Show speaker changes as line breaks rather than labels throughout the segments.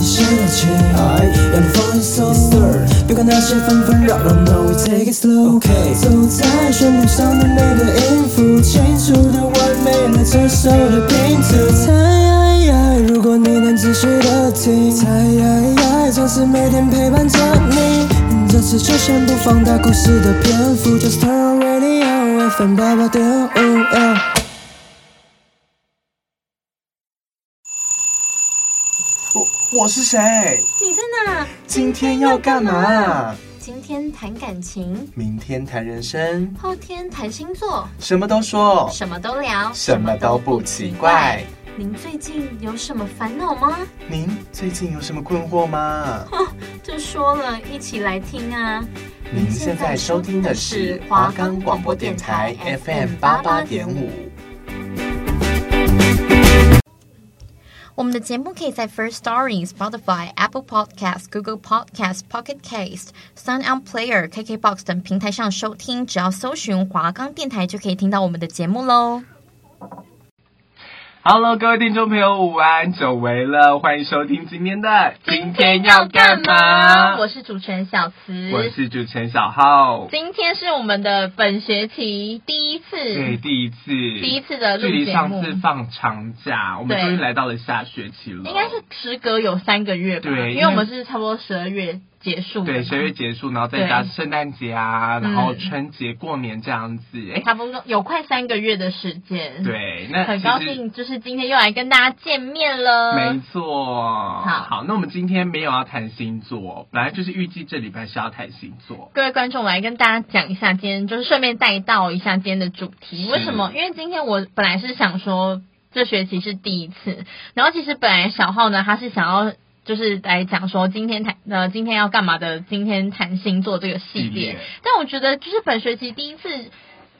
情。阳光 falling so slow，别管那些纷纷扰扰，No we take it slow。走在旋律上的每个音符，清楚的完美了这首的拼图。猜，如果你能仔细的听，猜，总是每天陪伴着你。这次就先不放大故事的篇幅，Just turn on radio FM 八八点五。yeah
我我是谁？
你在哪？
今天要干嘛？
今天谈感情，
明天谈人生，
后天谈星座，
什么都说，
什么都聊，
什么都不奇怪。。
您最近有什么烦恼吗？
您最近有什么困惑吗？
这说了，一起来听啊！
您现在收听的是华冈广播电台 FM 八八点五。
我们的节目可以在 First Story、Spotify、Apple Podcast、Google Podcast、Pocket Cast、Sound On Player、KKBox 等平台上收听，只要搜寻华冈电台就可以听到我们的节目喽。
Hello，各位听众朋友，午安，久违了，欢迎收听今天的。
我是主持人小慈，
我是主持人小浩，
今天是我们的本学期第一次，
对，哎第一次，第
第一次的录
距离
节
上
目，
次放长假，我们
对
终于来到了下学期了，
应该是时隔有三个月吧，
对因
因
为
为我们是差不多十二月结束的嘛，
对十月结束，然后再加
嗯对
圣诞节啊，然后
嗯
春节、过年这样子，哎、
差不多有快三个月的时间，，
对，那
嗯很
其
高
实
兴，哦就是今天又来跟大家见面了，
没错，好，那我们今天没有要谈星座，本来就是预计这礼拜是要谈星座，
各位观众，我来跟大家讲一下今天，就是顺便带到一下今天的主题。
是
为什么？因为今天我本来是想说这学期是第一次，然后其实本来小浩呢，他是想要就是来讲说今天谈呃今天要干嘛的，今天谈星座这个系
系列
列。但我觉得就是本学期第一次，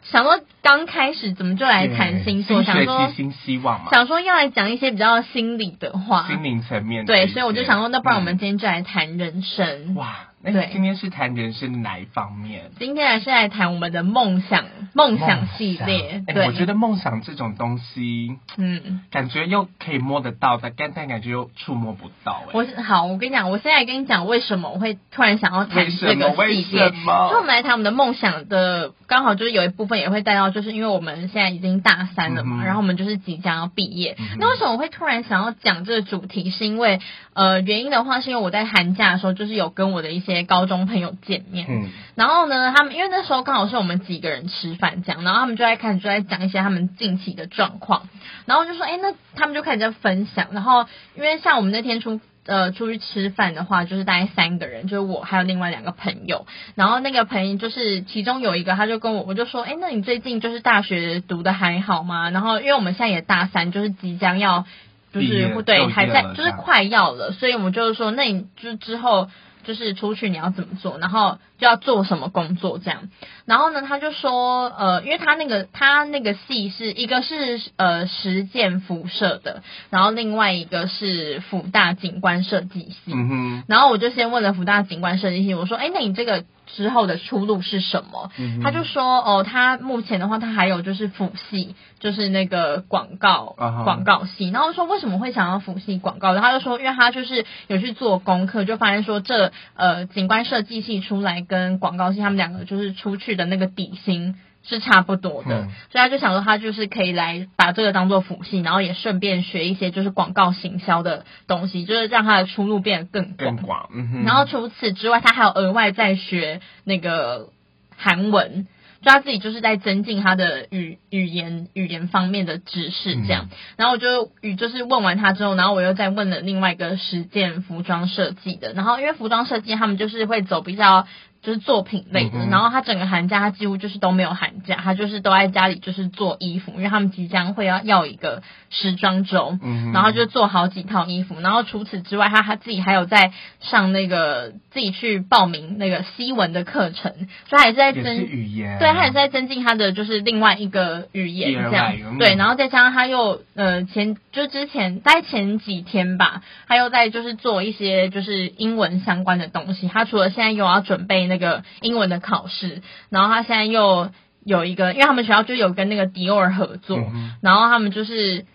想说刚开始怎么就来谈星座，
对新
想
学
说
期新希望嘛，
想说要来讲一些比较心理的话，
心灵层面的一
对，
些
所以我就想说，那不然我们
嗯
今天就来谈人生。
哇，那
对
今天是谈人生的哪一方面？
今天还是来谈我们的梦想梦想系列，
哎
对，
我觉得梦想这种东西，
嗯，
感觉又可以摸得到，但但感觉又触摸不到、哎，
我是好，我跟你讲，我现在跟你讲为什么我会突然想要谈
为什
这个
么？为
系列
什。么
所以，我们来谈我们的梦想的，刚好就是有一部分也会带到，就是因为我们现在已经大三了
嗯
嘛，
哼
然后我们就是即将要毕业。
嗯哼
那为什么我会突然想要讲这个主题？是因为呃，原因的话是因为我在寒假的时候，就是有跟我的一些高中朋友见面，
嗯，
然后呢，他们因为那时候刚好是我们几个人吃饭这样，然后他们就在开始就在讲一些他们近期的状况，然后就说，哎，那他们就开始在分享，然后因为像我们那天出。呃，出去吃饭的话，就是大概三个人，就是我还有另外两个朋友。然后那个朋友就是其中有一个，他就跟我，我就说，哎，那你最近就是大学读的还好吗？然后因为我们现在也大三，就是即将要，就
毕业
是
就
对，
业
还在
了
就
这
是
样
快要了，所以我们就是说，那你就是之后就是出去你要怎么做，然后就要做什么工作这样。然后呢，他就说，呃，因为他那个他那个系是一个是呃实践辐射的，然后另外一个是辅大景观设计系。
嗯哼，
然后我就先问了福大景观设计系，我说：“哎，那你这个之后的出路是什么？”
嗯哼
他就说：“哦，他目前的话，他还有就是辅系，就是那个广告、
啊哈
广告系。”然后我说：“为什么会想要辅系广告？”然后他就说：“因为他就是有去做功课，就发现说这呃景观设计系出来跟广告系他们两个就是出去的那个底薪。”是差不多的，
嗯
所以他就想说，他就是可以来把这个当做辅系，然后也顺便学一些就是广告行销的东西，就是让他的出路变得更
更
广。
广，嗯哼，
然后除此之外，他还有额外在学那个韩文，就他自己就是在增进他的语语言语言方面的知识
嗯
这样。然后我就与就是问完他之后，然后我又再问了另外一个实践服装设计的，然后因为服装设计他们就是会走比较。就是作品类的，
嗯哼
然后他整个寒假他几乎就是都没有寒假，他就是都在家里就是做衣服，因为他们即将会要要一个时装周，
嗯哼，
然后就做好几套衣服，然后除此之外，他他自己还有在上那个自己去报名那个西文的课程，所以他也是在
也是
增，
语言，
对他也是在增进他的就是另外一个语言
第二
这
外
样
语，嗯
对，然后再加上他又呃前就之前在前几天吧，他又在就是做一些就是英文相关的东西，他除了现在又要准备那个英文的考试，然后他现在又有一个，因为他们学校就有跟那个迪奥合作，
嗯哼
然后他们就是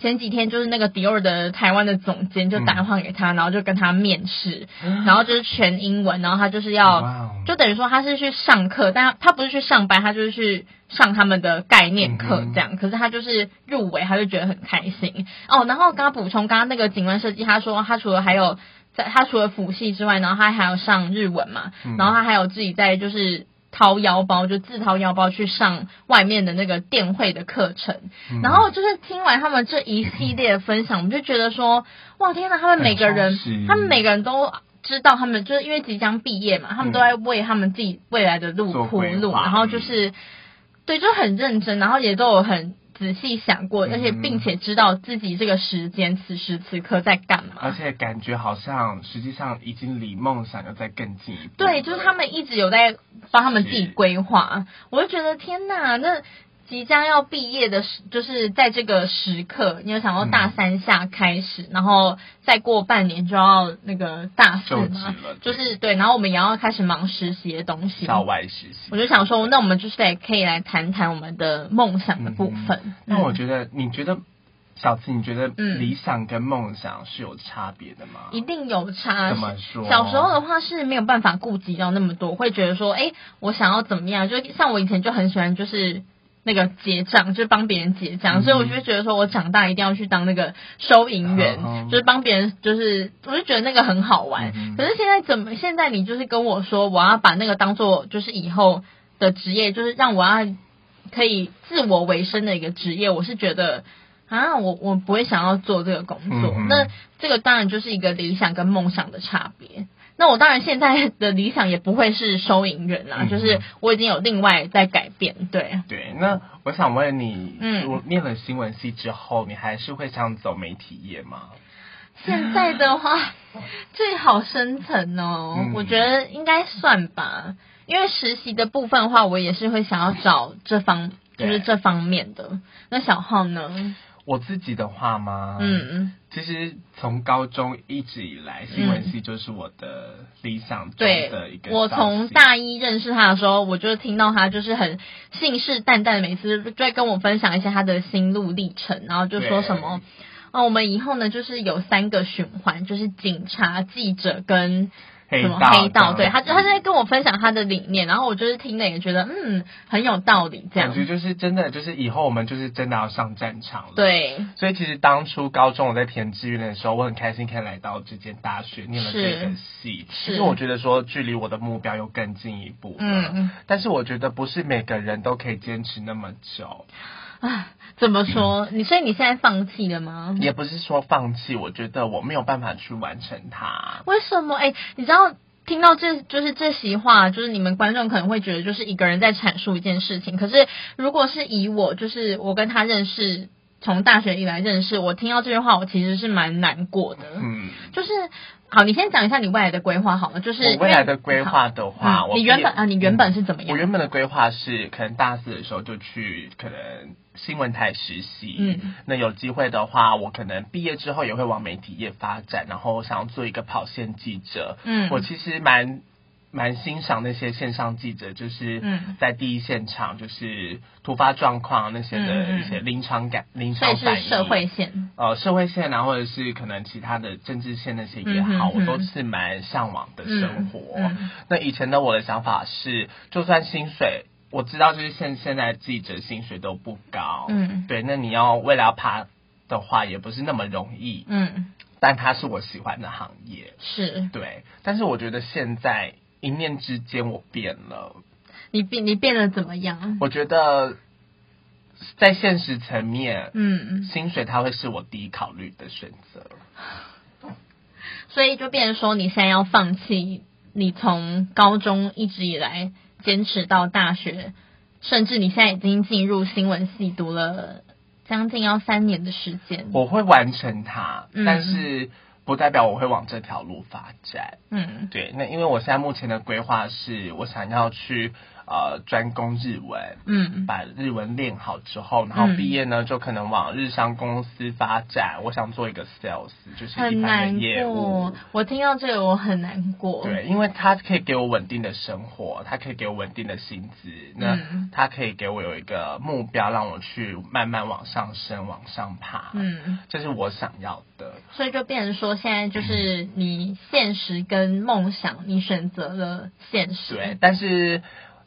前几天就是那个迪奥的台湾的总监就打电话给
嗯
他，然后就跟他面试，然后就是全英文，然后他就是
哇
要
哦，
就等于说他是去上课，但他他不是去上班，他就是去上他们的概念课
嗯哼
这样。可是他就是入围，他就觉得很开心哦。然后刚刚补充，刚刚那个景观设计，他说他除了还有在他除了辅系之外，然后他还有上日文嘛，
嗯
然后他还有自己在就是。掏腰包就自掏腰包去上外面的那个电会的课程，
嗯
然后就是听完他们这一系列的分享，我们就觉得说，哇天呐，他们每个人
很充实，
他们每个人都知道，他们就是因为即将毕业嘛，他
嗯
们都在为他们自己未来的路
做
铺
规
路，
划
然后就是对，就很认真，然后也都有很仔细想过，而且
嗯
并且知道自己这个时间此时此刻在干嘛，
而且感觉好像实际上已经离梦想要再更进一步。
对，就是他们一直有在帮他们自己
嗯
规划，我就觉得天呐，那即将要毕业的时，就是在这个时刻，你有想到
嗯
大三下开始，然后再过半年就要那个大四
就职
嘛，
了，
就是对，然后我们也要开始忙实习的东西。
校外实习
我。就想说，那嗯我们就是得可以来谈谈我们的梦想的部分。
那我
嗯
觉得，你觉得小七，你觉得
嗯
理想跟梦想是有差别的吗？
一定有差。
怎么说
小时候的话是没有办法顾及到那么多，会觉得说，哎、我想要怎么样？就像我以前就很喜欢，就是。那个结账就是帮别人结账，
嗯
所以我就觉得说，我长大一定要去当那个收银员，
哦
就是帮别人，就是我就觉得那个很好玩。
嗯
可是现在怎么？现在你就是跟我说，我要把那个当做就是以后的职业，就是让我要可以自我为生的一个职业，我是觉得啊，我我不会想要做这个工作。
嗯嗯
那这个当然就是一个理想跟梦想的差别。那我当然现在的理想也不会是收银员啦，
嗯嗯嗯
就是我已经有另外在改变，对。
对，那我想问你，
嗯
我念了新闻系之后，你还是会想走媒体业吗？
现在的话， 最好深层哦，
嗯
我觉得应该算吧。因为实习的部分的话，我也是会想要找这方，就
对嗯
是这方面的。那小浩呢？
我自己的话吗？，
嗯，
其实从高中一直以来，新闻系就是我的理想中的一
嗯对
个，
我
校
从
系
大一认识他的时候，我就听到他就是很信誓旦旦，每次就会跟我分享一些他的心路历程，然后就说什么。哦，我们以后呢，就是有三个循环，就是警察、记者跟
黑
什么
道嗯
黑道，
的
对他，他就在跟我分享他的理念，然后我就是听了也觉得嗯很有道理这样
感，觉哦就是真的，就是以后我们就是真的要上战场了。。
对，
所以其实当初高中我在填志愿的时候，我很开心可以来到这间大学念了这个系，
是
因为我觉得说距离我的目标又更进一步。
嗯，嗯，
但是我觉得不是每个人都可以坚持那么久，
啊，怎么说？你所以你现在放弃了吗？
也不是说放弃，我觉得我没有办法去完成它。
为什么？哎、你知道听到这就是这席话，就是你们观众可能会觉得就是一个人在阐述一件事情。可是如果是以我，就是我跟他认识，从大学以来认识，我听到这句话，我其实是蛮难过的。
嗯，
就是好，你先讲一下你未来的规划好吗？就是
我未来的规划的话，
嗯
我
你原
毕业
本啊你原本是怎么样
我原本的规划是，可能大四的时候就去可能新闻台实习，
嗯，
那有机会的话，我可能毕业之后也会往媒体业发展，然后想要做一个跑线记者，
嗯
我其实蛮。蛮欣赏那些线上记者，就是
嗯
在第一现场，就是突发状况那些的
嗯嗯
一些临场感、临
嗯所以
场反
是
应。
社会线，
呃社会线啊，或者是可能其他的政治线那些也好，
嗯哼哼
我都是蛮向往的生活。
嗯嗯
那以前的我的想法是，就算薪水。我知道，就是现现在记者薪水都不高，
嗯
对，那你要为了要爬的话，也不是那么容易，
嗯，
但它是我喜欢的行业，
是
对。但是我觉得现在一念之间我变了，
你变你变得怎么样？
我觉得在现实层面，
嗯，
薪水它会是我第一考虑的选择。
所以就变成说，你现在要放弃你从高中一直以来坚持到大学，甚至你现在已经进入新闻系读了将近要三年的时间。
我会完成它，
嗯
但是不代表我会往这条路发展。
嗯
对，那因为我现在目前的规划是，我想要去呃专攻日文，
嗯，
把日文练好之后，然后
嗯
毕业呢就可能往日商公司发展。我想做一个 sales，就是
很
一般
难
的业务
过。。我听到这个我很难过。
对，因为它可以给我稳定的生活，它可以给我稳定的薪资，那
嗯
它可以给我有一个目标，让我去慢慢往上升、往上爬。，
嗯，
这是我想要的。
所以就变成说，现在就是你现实跟梦想，你选择了现实。
对，，但是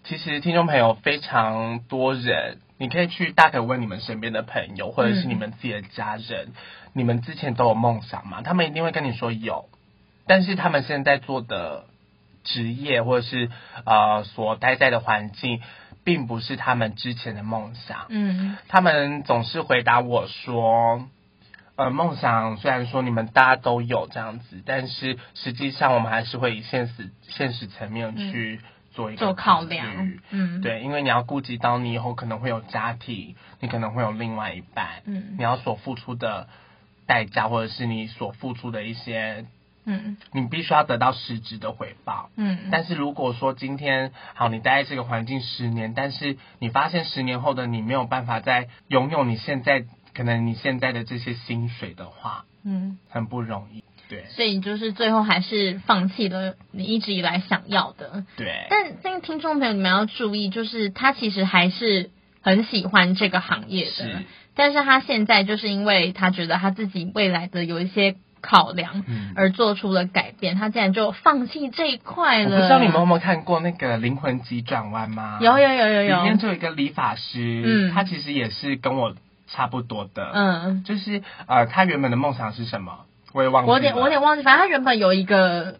其实听众朋友非常多人，你可以去大可以问你们身边的朋友，或者是
嗯
你们自己的家人，你们之前都有梦想吗？他们一定会跟你说有，但是他们现在做的职业或者是呃所待在的环境，并不是他们之前的梦想。
嗯
他们总是回答我说。呃，梦想虽然说你们大家都有这样子，但是实际上我们还是会以现实现实层面去做一个
嗯做考量
虑。
嗯
对，因为你要顾及到你以后可能会有家庭，你可能会有另外一半，
嗯
你要所付出的代价，或者是你所付出的一些，
嗯
你必须要得到实质的回报。
嗯，
但是如果说今天好，你待在这个环境十年，但是你发现十年后的你没有办法再拥有你现在可能你现在的这些薪水的话，
嗯，
很不容易。对
所以就是最后还是放弃了你一直以来想要的。
对，
但但听众朋友你们要注意，就是他其实还是很喜欢这个行业的
是，
但是他现在就是因为他觉得他自己未来的有一些考量，
嗯
而做出了改变，他竟然就放弃这一块
我
了。
不知道你们有没有看过那个《灵魂急转弯》吗？
有有有有
里面
有，
就有一个理发师，
嗯
他其实也是跟我差不多的，，
嗯，
就是呃，他原本的梦想是什么？我也忘记了，
我有点我有点忘记，反正他原本有一个。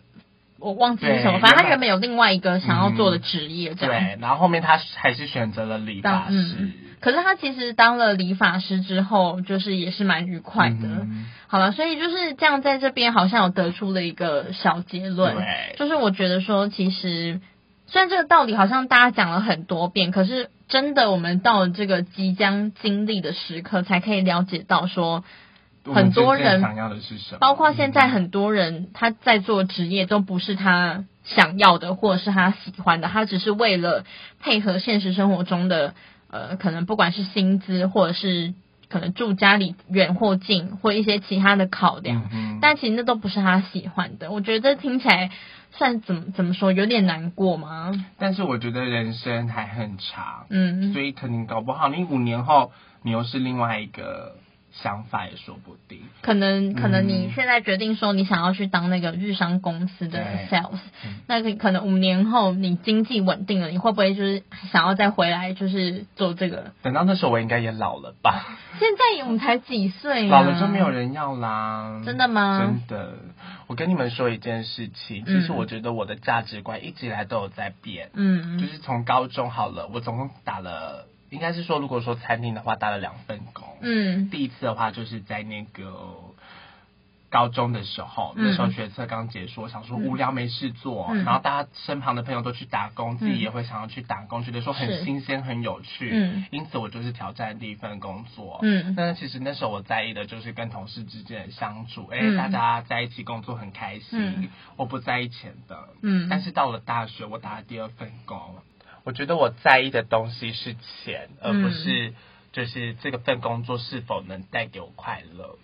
我忘记是什
对
么，反正他
原本嗯
原本有另外一个想要做的职业，这样。
对，然后后面他还是选择了理
当
发师，
嗯，可是他其实当了理发师之后，就是也是蛮愉快的。
嗯
好了，所以就是这样，在这边好像有得出了一个小结论
对，
就是我觉得说，其实虽然这个道理好像大家讲了很多遍，可是真的我们到了这个即将经历的时刻，才可以了解到说，
我们
很多人
真正想要的是什么？嗯
包括现在很多人他在做职业都不是他想要的，或者是他喜欢的，他只是为了配合现实生活中的呃，可能不管是薪资，或者是可能住家里远或近，或一些其他的考量。
嗯哼
但其实那都不是他喜欢的，我觉得听起来算怎么怎么说，有点难过吗？
但是我觉得人生还很长，
嗯
所以可能搞不好你五年后你又是另外一个想法也说不定。
可能可能你
嗯
现在决定说你想要去当那个日商公司的
对嗯
sales，那个可能五年后你经济稳定了，你会不会就是想要再回来就是做这个？
等到那时候我应该也老了吧，
现在我们才几岁、啊，
老了就没有人要啦。
真的吗嗯
真的，我跟你们说一件事情，其实我觉得我的价值观一直以来都有在变，就
嗯
是从高中好了，我总共打了，应该是说如果说餐厅的话，打了两份工，
嗯
第一次的话就是在那个高中的时候，
嗯
那时候学测刚结束，我想说无聊没事做，
嗯
然后大家身旁的朋友都去打工，自己也会想要去打工，觉得说
是
很新鲜很有趣，
嗯
因此我就是挑战第一份工作。
嗯
那其实那时候我在意的就是跟同事之间的相处，哎、
嗯
大家在一起工作很开心，
嗯
我不在意钱的。
嗯，
但是到了大学，我打了第二份工，我觉得我在意的东西是钱，而
嗯
不是就是这个份工作是否能带给我快乐。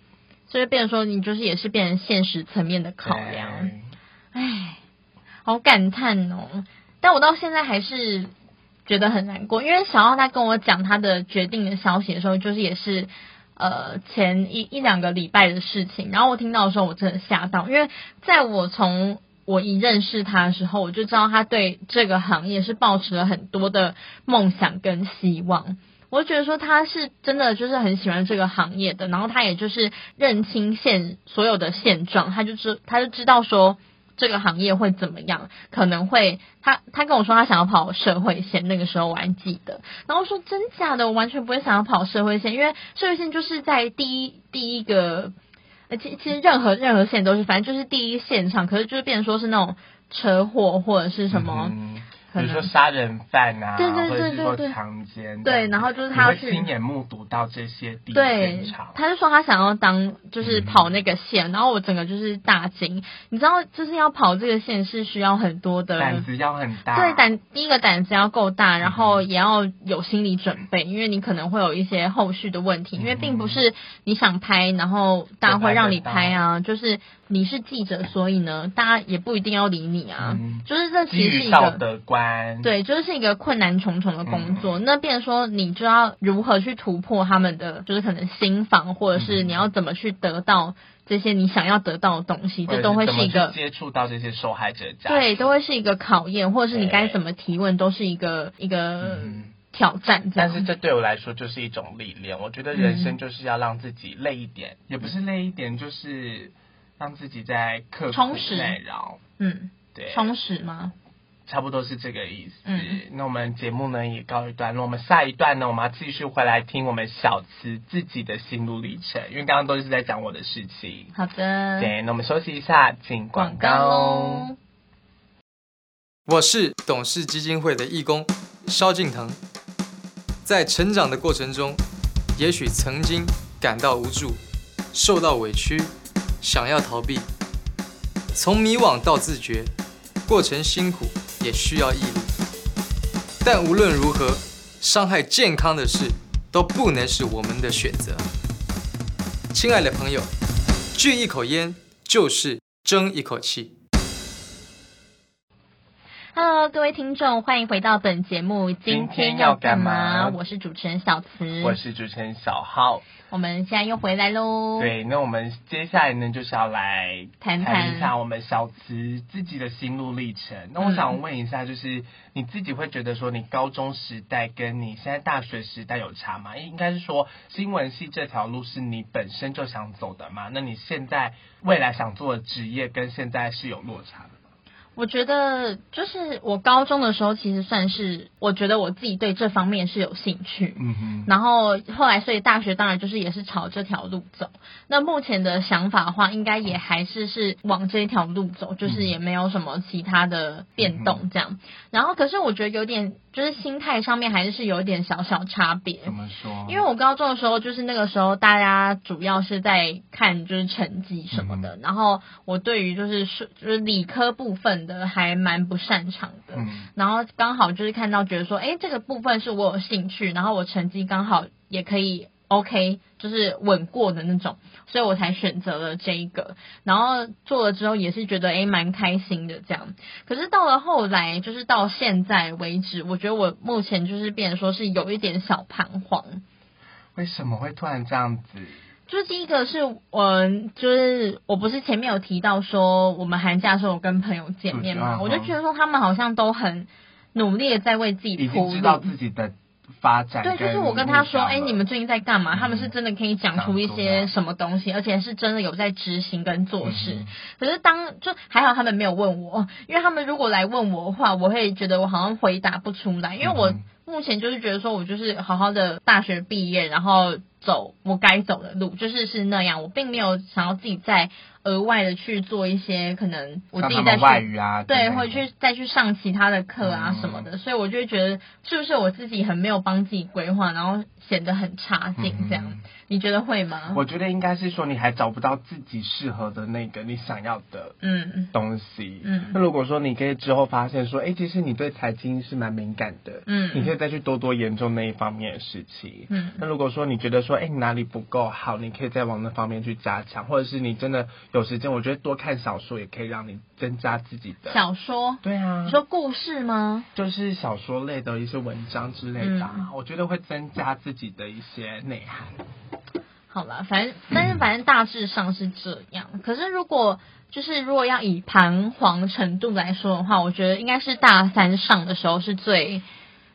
所以变成说你就是也是变成现实层面的考量。
对
唉，好感叹哦！但我到现在还是觉得很难过，因为小奥他跟我讲他的决定的消息的时候，就是也是呃前一一两个礼拜的事情。然后我听到的时候，我真的吓到，因为在我从我一认识他的时候，我就知道他对这个行业是抱持了很多的梦想跟希望。我就觉得说他是真的就是很喜欢这个行业的，然后他也就是认清现所有的现状，他就知他就知道说这个行业会怎么样，可能会他他跟我说他想要跑社会线，那个时候我还记得，然后我说真假的，我完全不会想要跑社会线，因为社会线就是在第一第一个，呃，其其实任何任何线都是，反正就是第一现场，可是就是变成说是那种车祸或者是什么。
嗯
可
比如说
能
杀人犯啊，
对对对
或
对
者是
对
说强奸，
对，然
后
后就是他要
会
去
亲眼目睹到这些第一
对
现场，，
他就说他想要当就是
嗯
跑那个线，然后我整个就是大惊，你知道就是要跑这个线是需要很多的
胆子要很大，嗯
对，胆第一个胆子要够大，然后也要有心理准备，因为你可能会有一些后续的问
嗯
题，因为并不是你想拍，然后大家会让你拍啊，就是你是记者，所以呢，大家也不一定要理你啊，
嗯
就是这
基
其实是
于
一
道
个。
德观，
对，就是是一个困难重重的工作。
嗯
那变成说，你就要如何去突破他们的，就是可能心防，或者是
嗯
你要怎么去得到这些你想要得到的东西，
或者
这都会
怎
是
么
一个
去接触到这些受害者的家属，
对，都会是一个考验，或者是你
对
该怎么提问，都是一个一个
嗯。
挑战这样。
但是这对我来说就是一种历练。我觉得人
嗯
生就是要让自己累一点，也不是累一点，就是让自己在刻苦
充实
耐劳。
嗯，
对，
充实吗？
差不多是这个意思。
嗯
那我们节目呢也告一段落，我们下一段呢我们要继续回来听我们小慈自己的心路历程，因为刚刚都是在讲我的事情。
好的，
对，那我们休息一下，进广告哦。
咯。
我是董事基金会的义工萧敬腾。在成长的过程中，也许曾经感到无助，受到委屈，想要逃避。从迷惘到自觉，过程辛苦，也需要毅力。但无论如何，伤害健康的事都不能是我们的选择。亲爱的朋友，聚一口烟就是争一口气。
Hello，各位听众，欢迎回到本节目。今
天
要
要干嘛
我是主持人小慈，
我是主持人小浩。
我们现在又回来喽。，
对，那我们接下来呢，就是要来
谈
谈一
谈
下我们小慈自己的心路历程。那
嗯
我想问一下，就是你自己会觉得说，你高中时代跟你现在大学时代有差吗？应该是说，新闻系这条路是你本身就想走的嘛？那你现在未来想做的职业跟现在是有落差的吗？
我觉得就是我高中的时候，其实算是我觉得我自己对这方面是有兴趣。
嗯哼，
然后后来，所以大学当然就是也是朝这条路走。那目前的想法的话，应该也还是是往这一条路走，就是也没有什么其他的变动这样。然后，可是我觉得有点就是心态上面还是是有点小小差别。
怎么说？
因为我高中的时候，就是那个时候大家主要是在看就是成绩什么的，然后我对于就是数就是理科部分的还蛮不擅长的，
嗯
然后刚好就是看到觉得说，哎，这个部分是我有兴趣，然后我成绩刚好也可以 OK，就是稳过的那种，所以我才选择了这一个。然后做了之后也是觉得哎蛮开心的这样。可是到了后来，就是到现在为止，我觉得我目前就是变成说是有一点小彷徨。
为什么会突然这样子？
就是第一个是我、就是我不是前面有提到说我们寒假的时候有跟朋友见面嘛，
嗯
我就觉得说他们好像都很努力的在为自己
已
铺
经
路
知。道自己的发展
对，
跟目标了，嗯
就是我跟他说，哎、你们最近在干嘛？他们是真的可以讲出一些什么东西，而且是真的有在执行跟做事。
嗯
可是当就还好他们没有问我，因为他们如果来问我的话，我会觉得我好像回答不出来，因为我
嗯
目前就是觉得说我就是好好的大学毕业，然后走我该走的路，就是是那样，我并没有想要自己再额外的去做一些可能我自
像他
己再
们
去
外语啊之类
对，
的，嗯
会去再去上其他的课啊什么的，所以我就会觉得是不是我自己很没有帮自己规划，然后显得很差劲这样？
嗯
你觉得会吗？
我觉得应该是说你还找不到自己适合的那个你想要的
嗯
东西。
嗯
那如果说你可以之后发现说，哎，其实你对财经是蛮敏感的，
嗯
你可以再去多多研究那一方面的事情。
嗯
那如果说你觉得说，哎，你哪里不够好，你可以再往那方面去加强，或者是你真的有时间，我觉得多看小说也可以让你增加自己的。
小说，
对啊，
你说故事吗？
就是小说类的一些文章之类的、啊，
嗯
我觉得会增加自己的一些内涵。
好啦，反正但是反正大致上是这样。可是如果就是如果要以彷徨程度来说的话，我觉得应该是大三上的时候是最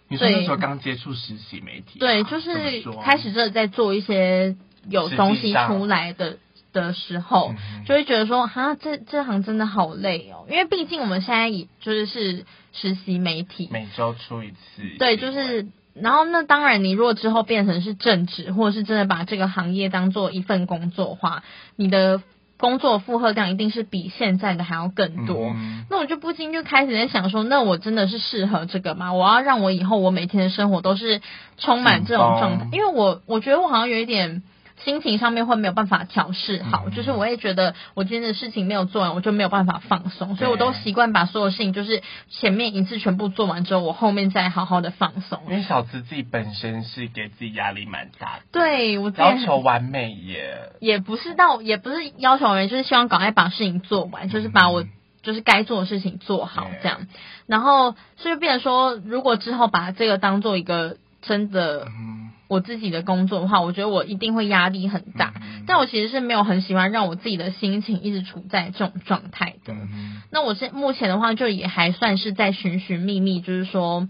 你说那
对
时候刚接触实习媒体啊、
对，就是
怎么说
开始真的在做一些有东西出来的的时候
嗯，哼
就会觉得说，哈，这这行真的好累哦，因为毕竟我们现在也就是是实习媒体，
每周出一次新闻，
对，就是。然后，那当然，你如果之后变成是正职，或者是真的把这个行业当做一份工作的话，你的工作负荷量一定是比现在的还要更多。
嗯
那我就不禁就开始在想说，那我真的是适合这个吗？我要让我以后我每天的生活都是充满这种状态
紧绷，
因为我我觉得我好像有一点。心情上面会没有办法调试好，
嗯
就是我会觉得我今天的事情没有做完，我就没有办法放松，所以我都
对
习惯把所有事情就是前面一次全部做完之后，我后面再好好的放松。
因为小资自己本身是给自己压力蛮大的，
对我之前
要求完美耶，
也不是到，也不是要求人，就是希望赶快把事情做完，就是把
嗯
我就是该做的事情做好这样。然后所以变成说，如果之后把这个当做一个真的
嗯，
我自己的工作的话，我觉得我一定会压力很大。
嗯
但我其实是没有很喜欢让我自己的心情一直处在这种状态的。
嗯
那我现目前的话，就也还算是在寻寻觅觅，就是说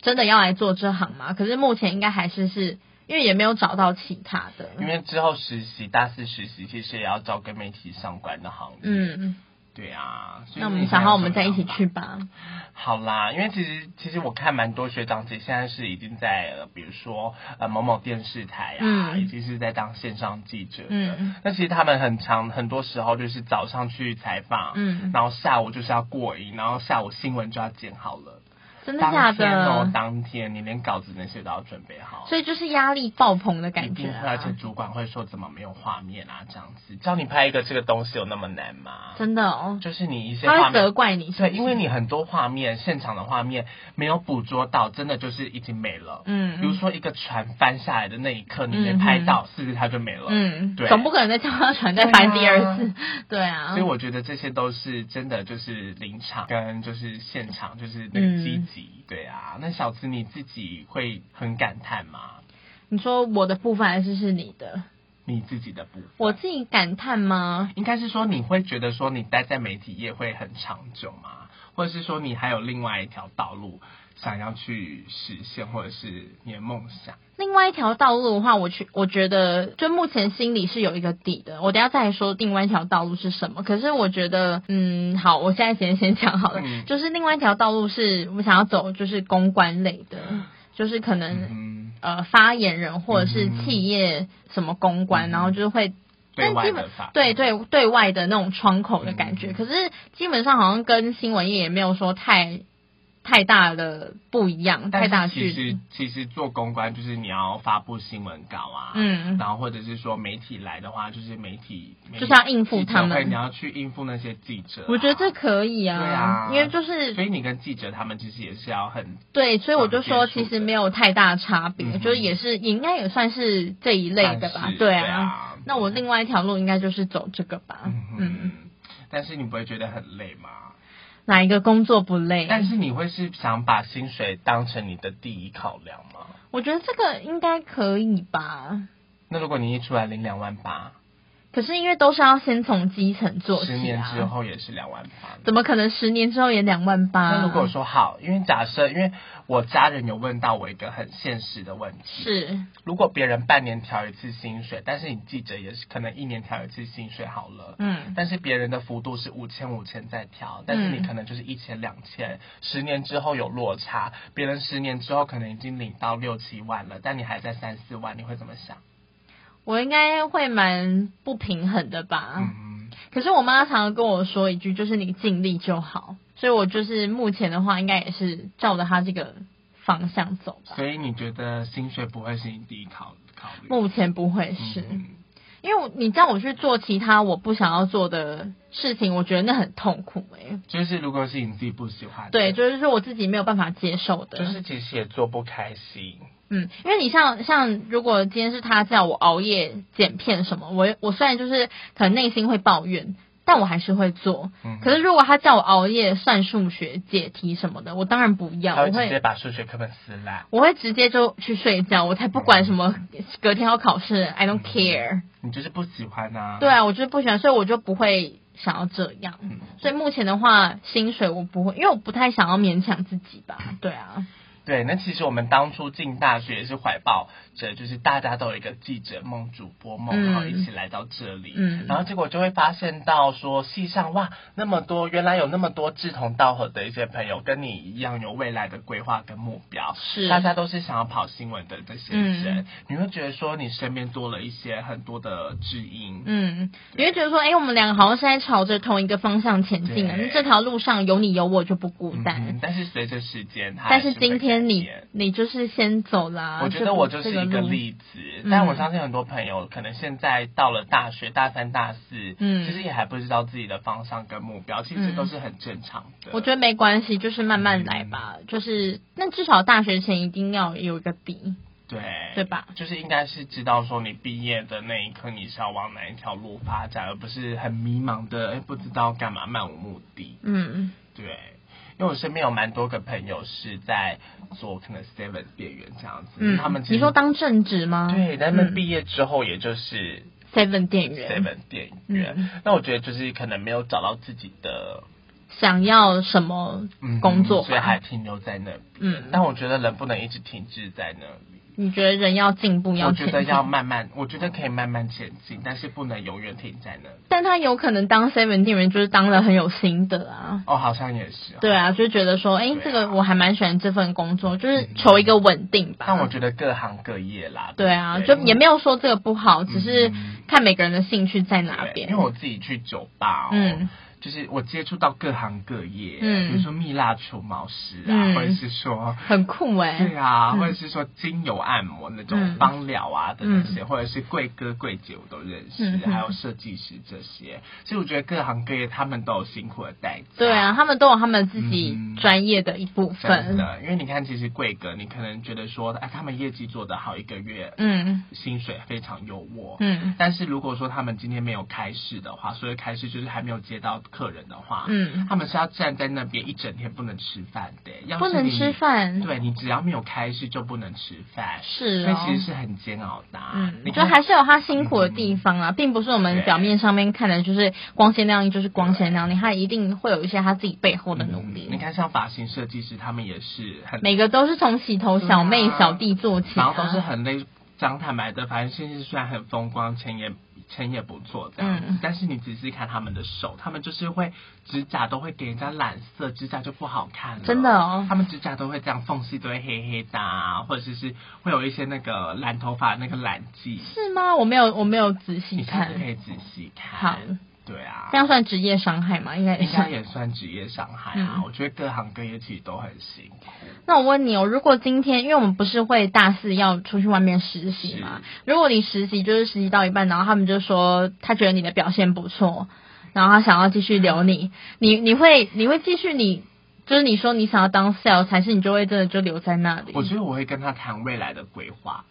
真的要来做这行嘛？可是目前应该还是是因为也没有找到其他的。
因为之后实习，大四实习其实也要找跟媒体相关的行业，，
嗯，
对啊，所以
那我们
你
想
想
好，
要
我
什
们
么
再一起
样吧
去吧。
好啦，因为其实其实我看蛮多学长姐现在是已经在，呃、比如说呃某某电视台啊，
嗯
已经是在当线上记者的。
嗯
那其实他们很长，很多时候就是早上去采访，
嗯
然后下午就是要过影，然后下午新闻就要剪好了。
真的假
当天哦，
的？
当天你连稿子那些都要准备好。
所以就是压力爆棚的
一
感觉、
定会，而且
啊，
主管会说怎么没有画面啊，这样子叫你拍一个这个东西有那么难吗？
真的哦，
啊就是你一些
他
画面
会责怪你是不
对，
是，
因为你很多画面，现场的画面没有捕捉到，真的就是已经没了。
嗯
比如说一个船翻下来的那一刻，你没拍到，是不是它就没了？
嗯，
对。啊
总不可能再叫他传再翻第二次，对啊
所以。我觉得这些都是真的，就是临场跟就是现场，就是那个
嗯
积极。对啊，那小资你自己会很感叹吗？
你说我的部分还是是你的？
你自己的部分，
我自己感叹吗？
应该是说你会觉得说你待在媒体业会很长久吗？或者是说你还有另外一条道路想要去实现，或者是你的梦想？
另外一条道路的话，我去，我觉得就目前心里是有一个底的。我等一下再来说另外一条道路是什么。可是我觉得，嗯，好，我现在先先讲好了。
嗯
就是另外一条道路是我想要走，就是公关类的，就是可能、
嗯，
呃发言人或者是
嗯哼
企业什么公
嗯
关，然后就是会。
对
但
外
基
的
本
发
对对对外的那种窗口的感觉，
嗯
可是基本上好像跟新闻业也没有说太太大的不一样，
但
太
是
大的距
其
离
实。其实做公关就是你要发布新闻稿啊，
嗯
然后或者是说媒体来的话，就是媒体
就是要应付他们
媒体记者会你要去应付那些记者啊、
我觉得这可以啊，
对啊
因为就是
所以你跟记者他们其实也是要很
对，所以我就
嗯
说
接触
其
的
实没有太大差别，
嗯哼
就是也是也应该也算是这一类的吧
算，是
对
对啊
那我另外一条路应该就是走这个吧，嗯，
嗯，但是你不会觉得很累吗？
哪一个工作不累？
但是你会是想把薪水当成你的第一考量吗？
我觉得这个应该可以吧。
那如果你一出来领两万八，
可是因为都是要先从基层做起
十
啊，
年之后也是两万八，
怎么可能十年之后也两万八？
那如果说好，因为假设，因为我家人有问到我一个很现实的问题，
是
如果别人半年调一次薪水，但是你记者也是可能一年调一次薪水好了，
嗯
但是别人的幅度是五千五千在调，但是你可能就是一千两千，十年之后有落差，别人十年之后可能已经领到六七万了，但你还在三四万，你会怎么想？
我应该会蛮不平衡的吧。
嗯，
可是我妈常常跟我说一句，就是你尽力就好。所以我就是目前的话，应该也是照着她这个方向走吧。
所以你觉得薪水不会是你第一考考虑？
目前不会是，
嗯
因为我你叫我去做其他我不想要做的事情，我觉得那很痛苦诶、
就是如果是你自己不喜欢的，
对，就是说我自己没有办法接受的。
就是其实也做不开心，
嗯，因为你像像如果今天是他叫我熬夜剪片什么，我我虽然就是可能内心会抱怨，但我还是会做。
嗯
可是如果他叫我熬夜算数学解题什么的，我当然不要，
他
我
会直接
会
把数学课本撕烂。
我会直接就去睡觉，我才不管什么隔天要考试，I don't care。
你就是不喜欢啊。
对，啊，我就是不喜欢，所以我就不会想要这样。
嗯
所以目前的话，薪水我不会，因为我不太想要勉强自己吧。对啊，
对，那其实我们当初进大学也是怀抱着就是大家都有一个记者梦、主播梦，
嗯
然后一起来到这里，
嗯
然后结果就会发现到说，系上哇那么多，原来有那么多志同道合的一些朋友，跟你一样有未来的规划跟目标，
是
大家都是想要跑新闻的这些人，
嗯
你会觉得说你身边多了一些很多的知音，
嗯，你会觉得说，哎、我们两个好像是在朝着同一个方向前进的，
对
这条路上有你有我就不孤
嗯
单。
哼但是随着时间，它
但
还
是
会
今天
改
你
变
你就是先走啦，
我觉
啊这
得
不
我就是一
这
个
路
例子，
嗯
但我相信很多朋友可能现在到了大学大三、大四，
嗯
其实也还不知道自己的方向跟目标，其实
嗯
都是很正常的。
我觉得没关系，就是慢慢来吧。
嗯
就是，那至少大学前一定要有一个底，
对，
对吧？
就是应该是知道说你毕业的那一刻你是要往哪一条路发展，而不是很迷茫的，哎，不知道干嘛，漫无目的。
嗯，
对，因为我身边有蛮多个朋友是在做可能 seven 店员这样子，
嗯，
他们其实
你说嗯当正职吗？
对，他们毕业之后也就是。
Seven 店员
seven 店员。
嗯
那我觉得就是可能没有找到自己的、
想要什么
嗯
工作
所以
吧
还？停留在那边。
嗯，
但我觉得人不能一直停滞在那里，
你觉得人要进步，
我
要
觉得
前
要
进，
慢慢，我觉得可以慢慢前进，但是不能永远停在那里。
但他有可能当 Seven 店员就是当了很有心得啊。
哦，好像也是、哦。
对。啊，就觉得说，哎、
对啊嗯
这个我还蛮喜欢这份工作，就是求一个稳定吧。
但我觉得各行各业啦，
对啊，
不
就也没有说这个不好，只是
嗯
看每个人的兴趣在哪
对
边。
因为我自己去酒吧、哦，
嗯
就是我接触到各行各业，
嗯
比如说蜜蜡除毛师啊，
嗯
或者是说
很酷哎、
对啊，或者是说精油按摩那种
嗯
芳疗啊的那些，或者是贵哥贵姐我都认识
嗯，嗯
还有设计师这些，所以我觉得各行各业他们都有辛苦的代价。
对啊，。他们都有他们自己
嗯
专业的一部
真
分。
的，因为你看，其实贵哥，你可能觉得说，哎、他们业绩做得好，一个月
嗯
薪水非常优渥，
嗯
但是如果说他们今天没有开市的话，所以开市就是还没有接到客人的话，
嗯，
他们是要站在那边一整天不能吃饭的，要是
不能
你
吃饭。
对你只要没有开市就不能吃饭，
是
所以
哦
其实是很煎熬的、啊。嗯
嗯
你，
就
看
还是有它辛苦的地方啊，并不是我们表面上面看的，就是光鲜亮丽，就是光鲜亮丽，它一定会有一些它自己背后的努力。
嗯你看像发型设计师，他们也是很，
每个都是从洗头小妹、
对啊
小弟做起、
然
啊，
后都是很累。讲坦白的，反正现在虽然很风光，钱也钱也不错这样子，
嗯
但是你仔细看他们的手，他们就是会指甲都会给人家染色，指甲就不好看了。
真的哦
他们指甲都会这样缝隙都会黑黑的、啊，或者是是会有一些那个染头发那个染剂，
是吗？我没有，我没有仔细
你哎下次可
看。
以仔细看。
好，
对啊，
这样算职业伤害吗？应该也
应 该
是。
也算职业伤害啊。
嗯
我觉得各行各业其实都很辛苦。
那我问你哦，如果今天，因为我们不是会大四要出去外面实习嘛？如果你实习就是实习到一半，然后他们就说他觉得你的表现不错，然后他想要继续留你，你你会你会继续你就是你说你想要当 sales，还是你就会真的就留在那里？
我觉得我会跟他谈未来的规划，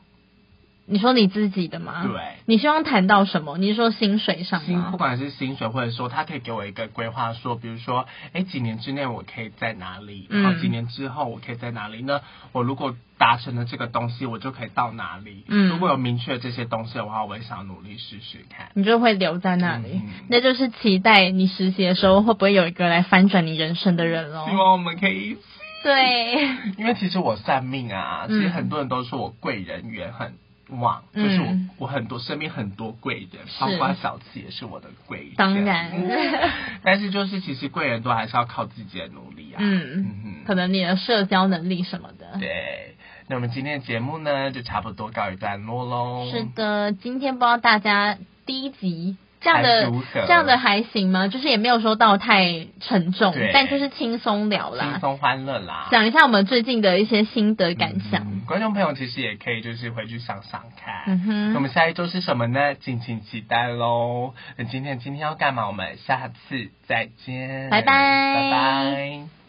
你说你自己的吗？
对
你希望谈到什么？你是说薪水上
薪不
吗？
管是薪水，或者说他可以给我一个规划，说比如说，哎，几年之内我可以在哪里，然
嗯
后几年之后我可以在哪里呢？我如果达成了这个东西，我就可以到哪里。
嗯
如果有明确这些东西的话，我也想努力试试看。
你就会留在那里。
嗯
那就是期待你实习的时候会不会有一个来翻转你人生的人喽
希？望我们可以一起
对，
因为其实我算命啊，其
嗯
实很多人都说我贵人缘很旺，
嗯
就是我我很多身边很多贵人，包括小七也是我的贵人。
当然，
但是就是其实贵人都还是要靠自己的努力啊。
嗯，
嗯
可能你的社交能力什么的
哼，。对。那我们今天的节目呢，就差不多告一段落喽。
是的，今天不知道大家第一集。这样
还
的
如何
这样的还行吗？就是也没有说到太沉重
对，
但就是轻松聊
轻
啦，
松欢乐啦。
讲一下我们最近的一些心得感想。
嗯观众朋友其实也可以就是回去想想看。
嗯哼
那我们下一周是什么呢？敬请期待喽。那今天今天要干嘛？我们下次再见。
拜拜
拜拜。